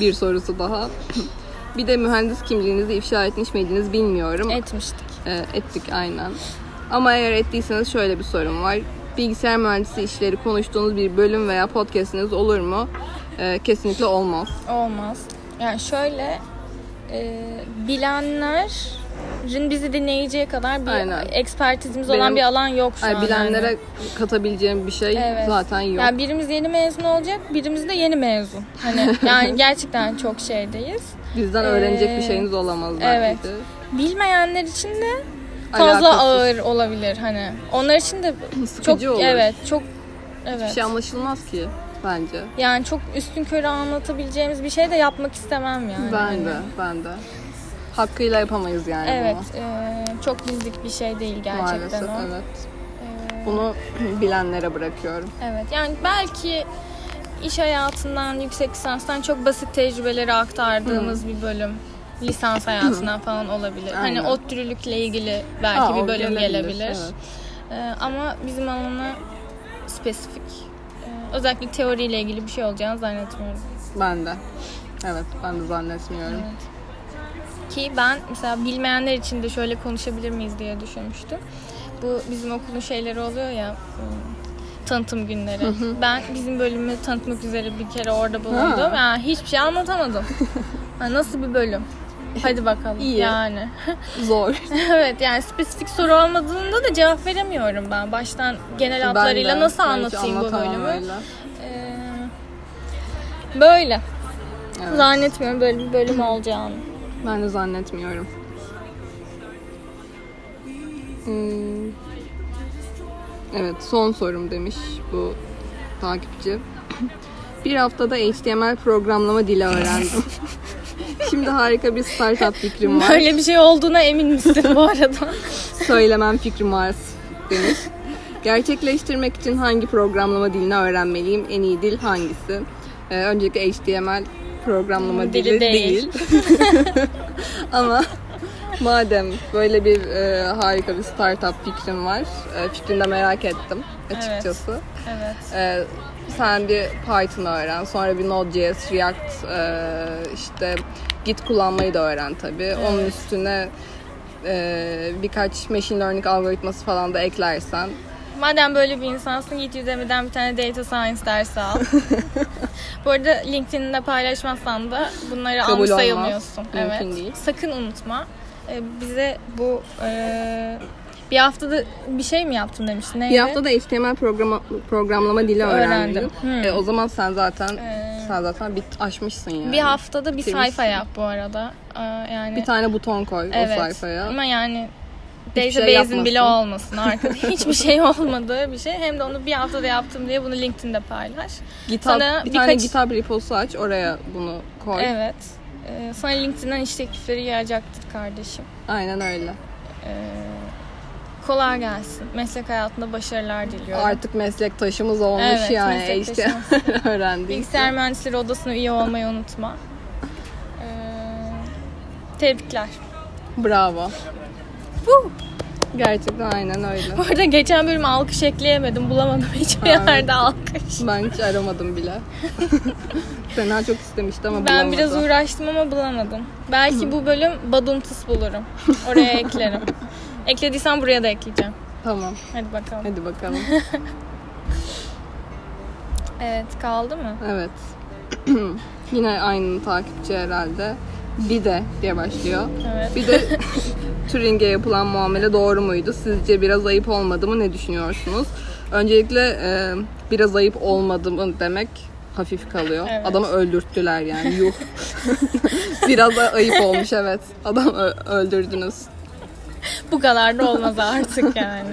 Speaker 3: bir sorusu daha. bir de mühendis kimliğinizi ifşa etmiş miydiniz bilmiyorum.
Speaker 4: Etmiştik.
Speaker 3: Ee, ettik aynen. Ama eğer ettiyseniz şöyle bir sorum var. Bilgisayar mühendisi işleri konuştuğunuz bir bölüm veya podcastiniz olur mu? Ee, kesinlikle olmaz.
Speaker 4: Olmaz. Yani şöyle e, bilenlerin bizi dinleyeceği kadar bir
Speaker 3: Aynen.
Speaker 4: ekspertizimiz
Speaker 3: Benim-
Speaker 4: olan bir alan yok şu
Speaker 3: Ay,
Speaker 4: an.
Speaker 3: bilenlere
Speaker 4: yani.
Speaker 3: katabileceğim bir şey
Speaker 4: Evet.
Speaker 3: zaten yok.
Speaker 4: Yani birimiz yeni mezun olacak, birimiz de yeni mezun. Hani yani gerçekten çok şeydeyiz.
Speaker 3: Bizden öğrenecek bir
Speaker 4: Ee,
Speaker 3: şeyiniz olamaz belki
Speaker 4: evet.
Speaker 3: de.
Speaker 4: Bilmeyenler için de fazla
Speaker 3: Alakasız.
Speaker 4: ağır olabilir hani. Onlar için de
Speaker 3: Sıkıcı
Speaker 4: çok
Speaker 3: olur.
Speaker 4: evet, çok
Speaker 3: Bir
Speaker 4: evet.
Speaker 3: şey anlaşılmaz ki bence.
Speaker 4: Yani çok üstün körü anlatabileceğimiz bir şey de yapmak istemem yani.
Speaker 3: Ben de, ben de. Hakkıyla yapamayız yani
Speaker 4: Evet,
Speaker 3: bunu.
Speaker 4: e, çok bizlik bir şey değil gerçekten
Speaker 3: Maalesef
Speaker 4: o.
Speaker 3: evet.
Speaker 4: E,
Speaker 3: Bunu bilenlere bırakıyorum.
Speaker 4: Evet yani belki iş hayatından, yüksek lisanstan çok basit tecrübeleri aktardığımız bir bölüm lisans hayatından falan olabilir.
Speaker 3: Aynen.
Speaker 4: Hani ot dürülükle ilgili belki
Speaker 3: Aa, o
Speaker 4: bir bölüm
Speaker 3: gelebilir,
Speaker 4: gelebilir.
Speaker 3: evet.
Speaker 4: Ee, ama bizim alana spesifik. ee, özellikle teoriyle ilgili bir şey olacağını zannetmiyorum.
Speaker 3: Ben de. Evet, ben de zannetmiyorum.
Speaker 4: Ki ben mesela bilmeyenler için de şöyle konuşabilir miyiz diye düşünmüştüm. Bu bizim okulun şeyleri oluyor ya e, tanıtım günleri. Ben bizim bölümü tanıtmak üzere bir kere orada bulundum.
Speaker 3: Ha.
Speaker 4: Yani hiçbir şey anlatamadım. Ha, nasıl bir bölüm? Hadi bakalım.
Speaker 3: İyi.
Speaker 4: Yani.
Speaker 3: Zor.
Speaker 4: evet yani spesifik soru olmadığında da cevap veremiyorum ben. Baştan genel hatlarıyla
Speaker 3: Ben de,
Speaker 4: nasıl
Speaker 3: ben hiç
Speaker 4: anlatayım bu
Speaker 3: anlatamam
Speaker 4: bölümü?
Speaker 3: öyle.
Speaker 4: Ee, böyle.
Speaker 3: Evet.
Speaker 4: Zannetmiyorum böyle bir bölüm olacağını.
Speaker 3: Ben de zannetmiyorum. Hmm. Evet, son sorum demiş bu takipçi. Bir haftada HTML programlama dili öğrendim. Şimdi harika bir startup fikrim var.
Speaker 4: Böyle bir şey olduğuna emin misin bu arada?
Speaker 3: Söylemem fikrim var demiş. Gerçekleştirmek için hangi programlama dilini öğrenmeliyim? En iyi dil hangisi? Ee, önceki HTML programlama
Speaker 4: Dili
Speaker 3: dili, değil.
Speaker 4: değil.
Speaker 3: Ama Madem böyle bir e, harika bir startup fikrim var, e, fikrini de merak ettim açıkçası.
Speaker 4: Evet.
Speaker 3: Ee, sen bir Python öğren, sonra bir Node.js, React, e, işte Git kullanmayı da öğren tabii. Onun üstüne e, birkaç machine learning algoritması falan da eklersen.
Speaker 4: Madem böyle bir insansın git Udemy'den bir tane data science dersi al. Bu arada LinkedIn'de paylaşmazsan da bunları
Speaker 3: Kabul
Speaker 4: almış
Speaker 3: olmaz.
Speaker 4: sayılmıyorsun.
Speaker 3: Mümkün
Speaker 4: evet.
Speaker 3: değil.
Speaker 4: Sakın unutma. Ee, bize bu e, bir haftada bir şey mi yaptın demiştin? Neydi?
Speaker 3: Bir hafta da HTML programa, programlama dili öğrendim.
Speaker 4: Öğrendim. Hmm.
Speaker 3: E, o zaman sen zaten
Speaker 4: Ee.
Speaker 3: sen zaten bit aşmışsın yani.
Speaker 4: Bir haftada bir
Speaker 3: Bitirmişsin.
Speaker 4: sayfa yap bu arada. Ee, yani
Speaker 3: Bir tane buton koy
Speaker 4: evet.
Speaker 3: o sayfaya.
Speaker 4: Ama yani
Speaker 3: şey
Speaker 4: database'in bile
Speaker 3: yapmasın.
Speaker 4: olmasın arkada. Hiçbir şey olmadığı bir şey. Hem de onu bir haftada yaptım diye bunu LinkedIn'de paylaş.
Speaker 3: GitHub,
Speaker 4: Sana
Speaker 3: bir tane
Speaker 4: birkaç-
Speaker 3: GitHub reposu aç oraya bunu koy.
Speaker 4: Evet. Ee, sana LinkedIn'den iş teklifleri gelecektir kardeşim.
Speaker 3: Aynen öyle.
Speaker 4: Ee, kolay gelsin. Meslek hayatında başarılar diliyorum.
Speaker 3: Artık meslektaşımız olmuş
Speaker 4: Evet,
Speaker 3: yani. işte
Speaker 4: meslektaşımız.
Speaker 3: öğrendik.
Speaker 4: Bilgisayar Mühendisleri Odası'na üye olmayı unutma. Ee, tebrikler.
Speaker 3: Bravo.
Speaker 4: Woo!
Speaker 3: Gerçekten aynen öyle.
Speaker 4: Bu arada geçen bölüm alkış ekleyemedim. Bulamadım hiçbir
Speaker 3: Evet.
Speaker 4: yerde alkış.
Speaker 3: Ben hiç aramadım bile. Sena çok istemişti ama
Speaker 4: Ben biraz
Speaker 3: bulamadı.
Speaker 4: uğraştım ama bulamadım. Belki bu bölüm badumtus bulurum. Oraya eklerim. Eklediysen buraya da ekleyeceğim.
Speaker 3: Tamam
Speaker 4: Hadi bakalım.
Speaker 3: hadi bakalım.
Speaker 4: Evet kaldı mı?
Speaker 3: evet. Yine aynı takipçi herhalde. Bir de diye başlıyor.
Speaker 4: Evet.
Speaker 3: Bir de Turing'e yapılan muamele doğru muydu? Sizce biraz ayıp olmadı mı? Ne düşünüyorsunuz? Öncelikle e, biraz ayıp olmadı mı demek hafif kalıyor.
Speaker 4: Evet.
Speaker 3: Adamı öldürttüler yani. Yuh. biraz da ayıp olmuş evet. Adam ö- öldürdünüz.
Speaker 4: E, Bu kadar da olmaz artık yani.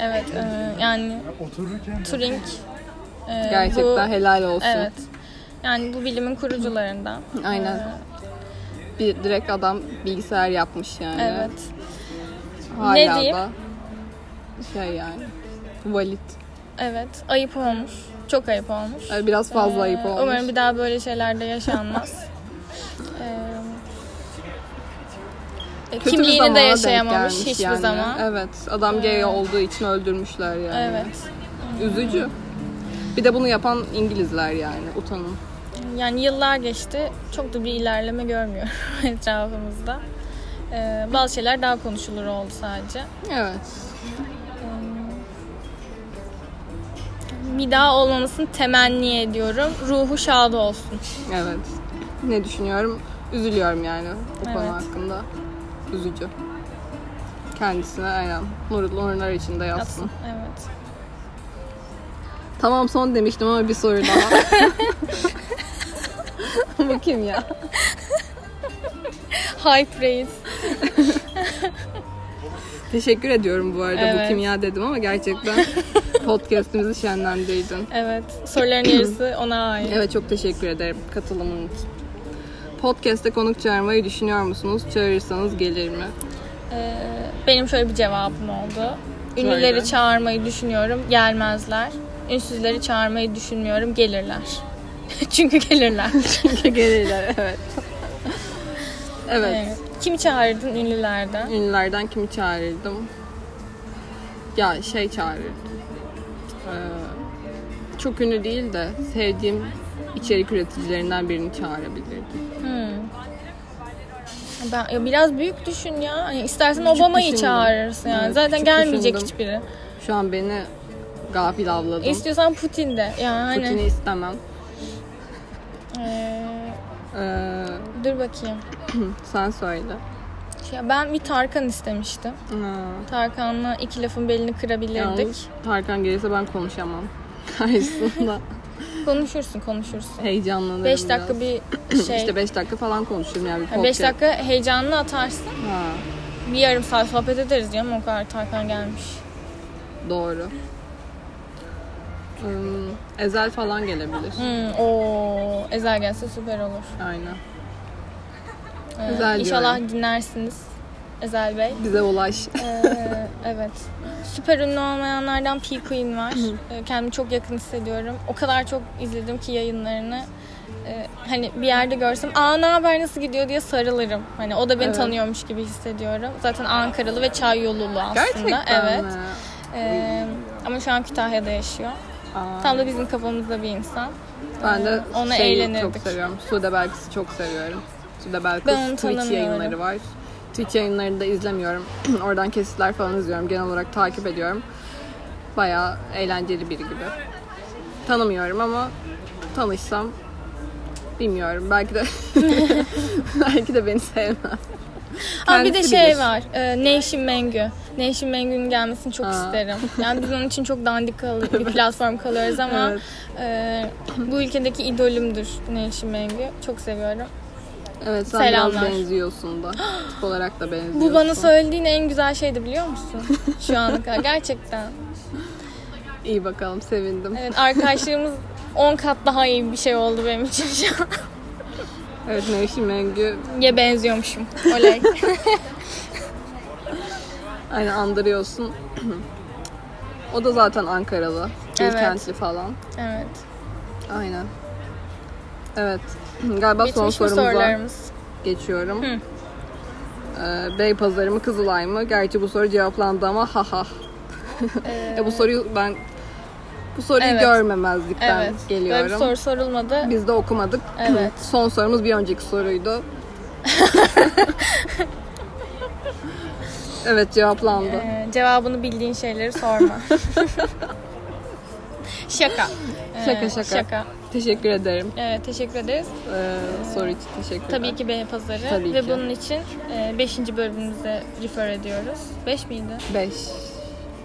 Speaker 4: Evet e, yani Turing e,
Speaker 3: Gerçekten
Speaker 4: bu,
Speaker 3: helal olsun.
Speaker 4: Evet. Yani bu bilimin kurucularından.
Speaker 3: Aynen.
Speaker 4: E,
Speaker 3: Bir direkt adam bilgisayar yapmış yani.
Speaker 4: evet.
Speaker 3: Hala
Speaker 4: Ne diyeyim?
Speaker 3: da şey yani valit.
Speaker 4: Evet. Ayıp olmuş. Çok ayıp olmuş.
Speaker 3: Yani Biraz fazla
Speaker 4: E,
Speaker 3: ayıp olmuş.
Speaker 4: Umarım bir daha böyle şeyler de yaşanmaz. Ee, E,
Speaker 3: Kötü bir
Speaker 4: kimliğini
Speaker 3: zamana
Speaker 4: de
Speaker 3: denk
Speaker 4: yaşayamamış
Speaker 3: gelmiş
Speaker 4: hiçbir
Speaker 3: yani.
Speaker 4: zaman. Ee,
Speaker 3: Evet. Adam gay olduğu için öldürmüşler yani.
Speaker 4: evet.
Speaker 3: Üzücü. Bir de bunu yapan İngilizler yani. Utanın.
Speaker 4: Yani yıllar geçti. Çok da bir ilerleme görmüyorum etrafımızda. Ee, bazı şeyler daha konuşulur oldu sadece.
Speaker 3: Evet.
Speaker 4: Bir daha olmamasını temenni ediyorum. Ruhu şad olsun.
Speaker 3: Evet. Ne düşünüyorum? Üzülüyorum yani bu konu
Speaker 4: Evet.
Speaker 3: hakkında. Üzücü. Kendisine aynen. Nurlu nurlar içinde yatsın.
Speaker 4: Yatsın, Evet.
Speaker 3: Tamam son demiştim ama bir soru daha. Bu kim ya?
Speaker 4: Hype reis.
Speaker 3: Teşekkür ediyorum bu arada bu
Speaker 4: Evet.
Speaker 3: kim ya dedim ama gerçekten podcastimizi şenlendirdin.
Speaker 4: Evet. Soruların yarısı ona ait.
Speaker 3: Evet çok teşekkür ederim katılımın için. Podcast'te konuk çağırmayı düşünüyor musunuz? Çağırırsanız gelir mi?
Speaker 4: Ee, benim şöyle bir cevabım oldu.
Speaker 3: Söyle.
Speaker 4: Ünlüleri çağırmayı düşünüyorum. Gelmezler. Ünsüzleri çağırmayı düşünmüyorum. Gelirler. Çünkü gelirler.
Speaker 3: Gelirler evet. evet.
Speaker 4: Evet. Kimi çağırdın ünlülerden?
Speaker 3: Ünlülerden kimi çağırırdım? Ya şey çağırırdım. Ee, çok ünlü değil de sevdiğim içerik üreticilerinden birini çağırabilirdim.
Speaker 4: Hmm. Ben ya biraz büyük düşün ya. Hani İstersen Obama'yı
Speaker 3: düşündüm.
Speaker 4: çağırırsın yani.
Speaker 3: Evet,
Speaker 4: Zaten
Speaker 3: küçük
Speaker 4: gelmeyecek
Speaker 3: düşündüm.
Speaker 4: hiçbiri.
Speaker 3: Şu an beni gafil avladın.
Speaker 4: İstiyorsan Putin de. Yani
Speaker 3: Putin'i
Speaker 4: hani,
Speaker 3: istemem.
Speaker 4: eee,
Speaker 3: Ee,
Speaker 4: dur bakayım.
Speaker 3: sen söyle.
Speaker 4: Ya ben bir Tarkan istemiştim.
Speaker 3: Aa,
Speaker 4: Tarkan'la iki lafın belini
Speaker 3: Yalnız
Speaker 4: kırabilirdik.
Speaker 3: Tarkan gelirse ben konuşamam. Karşısında
Speaker 4: Konuşursun konuşursun.
Speaker 3: heyecanlanırım
Speaker 4: 5 dakika
Speaker 3: biraz.
Speaker 4: bir şey.
Speaker 3: İşte 5 dakika falan konuşurum yani. bir
Speaker 4: Yani beş
Speaker 3: podcast.
Speaker 4: dakika heyecanını atarsın.
Speaker 3: Ha,
Speaker 4: Bir yarım saat sohbet ederiz diyorum. O kadar Tarkan gelmiş.
Speaker 3: doğru. Hmm, Ezel falan gelebilir.
Speaker 4: Hmm, o Ezel gelse süper olur.
Speaker 3: Aynen.
Speaker 4: Ee,
Speaker 3: Güzel
Speaker 4: İnşallah
Speaker 3: diyorum.
Speaker 4: dinlersiniz Ezel Bey.
Speaker 3: Bize ulaş.
Speaker 4: Ee, evet. Süper ünlü olmayanlardan P Queen var. Ee, Kendimi çok yakın hissediyorum. O kadar çok izledim ki yayınlarını. e, hani bir yerde görsem aa ne haber nasıl gidiyor diye sarılırım. Hani o da beni
Speaker 3: Evet.
Speaker 4: tanıyormuş gibi hissediyorum. Zaten Ankaralı ve çay yolulu aslında.
Speaker 3: Gerçekten
Speaker 4: evet.
Speaker 3: mi?
Speaker 4: E, ama şu an Kütahya'da yaşıyor.
Speaker 3: Aa,
Speaker 4: Tam da bizim kafamızda bir insan.
Speaker 3: ben de
Speaker 4: ona
Speaker 3: şeyi çok
Speaker 4: eğlenirdik.
Speaker 3: seviyorum. Sude Belkıs'ı çok seviyorum. Sude
Speaker 4: Ben
Speaker 3: Belkıs
Speaker 4: onu
Speaker 3: Twitch
Speaker 4: tanımıyorum.
Speaker 3: yayınları var. Twitch yayınlarını da izlemiyorum. Oradan kesitler falan izliyorum. Genel olarak takip ediyorum. Bayağı eğlenceli biri gibi. Tanımıyorum ama tanışsam bilmiyorum. Belki de belki de beni sevmez.
Speaker 4: Ha bir de
Speaker 3: Kendisi
Speaker 4: şey
Speaker 3: bilir.
Speaker 4: var. E, Nevşin Mengü. Nevşin Mengü'nün gelmesini çok
Speaker 3: Aa.
Speaker 4: isterim. Yani biz onun için çok dandik kal- bir platform kalıyoruz ama
Speaker 3: Evet.
Speaker 4: e, bu ülkedeki idolümdür Nevşin Mengü. Çok seviyorum.
Speaker 3: Evet sen biraz
Speaker 4: Selamlar.
Speaker 3: benziyorsun da. Tip olarak da benziyorsun.
Speaker 4: Bu bana söylediğin en güzel şeydi biliyor musun? Şu ana kadar. Gerçekten.
Speaker 3: İyi bakalım sevindim.
Speaker 4: Evet arkadaşlarımız 10 kat daha iyi bir şey oldu benim için şu an.
Speaker 3: Evet Nevşin Mengü
Speaker 4: Ya benziyormuşum. Oley.
Speaker 3: Aynen andırıyorsun. o da zaten Ankaralı.
Speaker 4: Evet.
Speaker 3: Bilkentli falan.
Speaker 4: Evet.
Speaker 3: Aynen. Evet. Galiba son
Speaker 4: Bitmiş mi
Speaker 3: sorumuza
Speaker 4: sorularımız?
Speaker 3: geçiyorum. Ee, Beypazarı mı Kızılay mı? Gerçi bu soru cevaplandı ama ha ha. ya bu soruyu ben bu soruyu
Speaker 4: Ee, Evet.
Speaker 3: görmemezlikten
Speaker 4: Evet. Böyle bir
Speaker 3: geliyorum.
Speaker 4: soru sorulmadı.
Speaker 3: Biz de okumadık.
Speaker 4: Evet.
Speaker 3: son sorumuz bir önceki soruydu. evet cevaplandı.
Speaker 4: Ee, cevabını bildiğin şeyleri sorma. şaka. Ee,
Speaker 3: Şaka, şaka.
Speaker 4: Şaka.
Speaker 3: Teşekkür ederim.
Speaker 4: Evet, teşekkür ederiz.
Speaker 3: Ee, soru için teşekkür ederim.
Speaker 4: Tabii ki B pazarı
Speaker 3: Tabii
Speaker 4: ve
Speaker 3: ki.
Speaker 4: bunun için 5. bölümümüze refer ediyoruz. 5 miydi?
Speaker 3: 5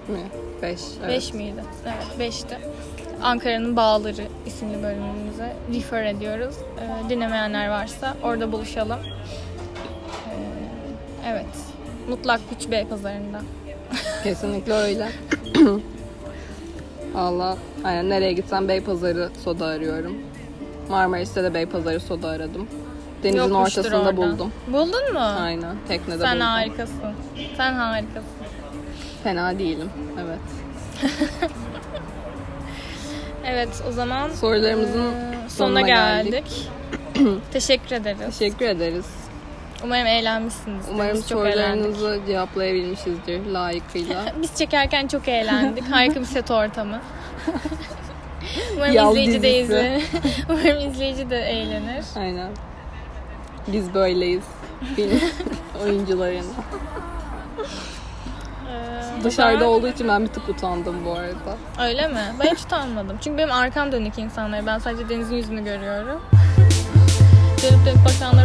Speaker 3: mi? 5.
Speaker 4: 5 miydi? Evet 5'ti. Ankara'nın Bağları isimli bölümümüze refer ediyoruz. Ee, dinlemeyenler varsa orada buluşalım. Ee, evet. Mutlak Güç Bey pazarında.
Speaker 3: Kesinlikle öyle. Allah. Aynen nereye gitsem Beypazarı soda arıyorum. Marmaris'te de Beypazarı soda aradım. Denizin
Speaker 4: Yokmuştur
Speaker 3: ortasında
Speaker 4: orada.
Speaker 3: buldum.
Speaker 4: Buldun mu?
Speaker 3: Aynen. Teknede
Speaker 4: Sen
Speaker 3: buldum.
Speaker 4: harikasın. Sen harikasın.
Speaker 3: Fena değilim. Evet.
Speaker 4: Evet o zaman
Speaker 3: Sorularımızın
Speaker 4: e,
Speaker 3: sonuna,
Speaker 4: sonuna
Speaker 3: geldik.
Speaker 4: geldik. Teşekkür ederiz.
Speaker 3: Teşekkür ederiz.
Speaker 4: Umarım eğlenmişsiniz.
Speaker 3: Umarım
Speaker 4: Biz çok eğlendik.
Speaker 3: sorularınızı cevaplayabilmişizdir layıkıyla.
Speaker 4: Biz çekerken çok eğlendik. Harika bir set ortamı. Umarım
Speaker 3: Yal
Speaker 4: izleyici
Speaker 3: dizisi.
Speaker 4: de izlenir. Umarım izleyici de eğlenir.
Speaker 3: Aynen. Biz böyleyiz. Film oyuncularına.
Speaker 4: Ee, o
Speaker 3: Dışarıda
Speaker 4: zaman-
Speaker 3: olduğu için ben bir tık utandım bu arada.
Speaker 4: Öyle mi? Ben hiç utanmadım. Çünkü benim arkam dönük insanlar. Ben sadece denizin yüzünü görüyorum. dönüp dönüp bakanlar E,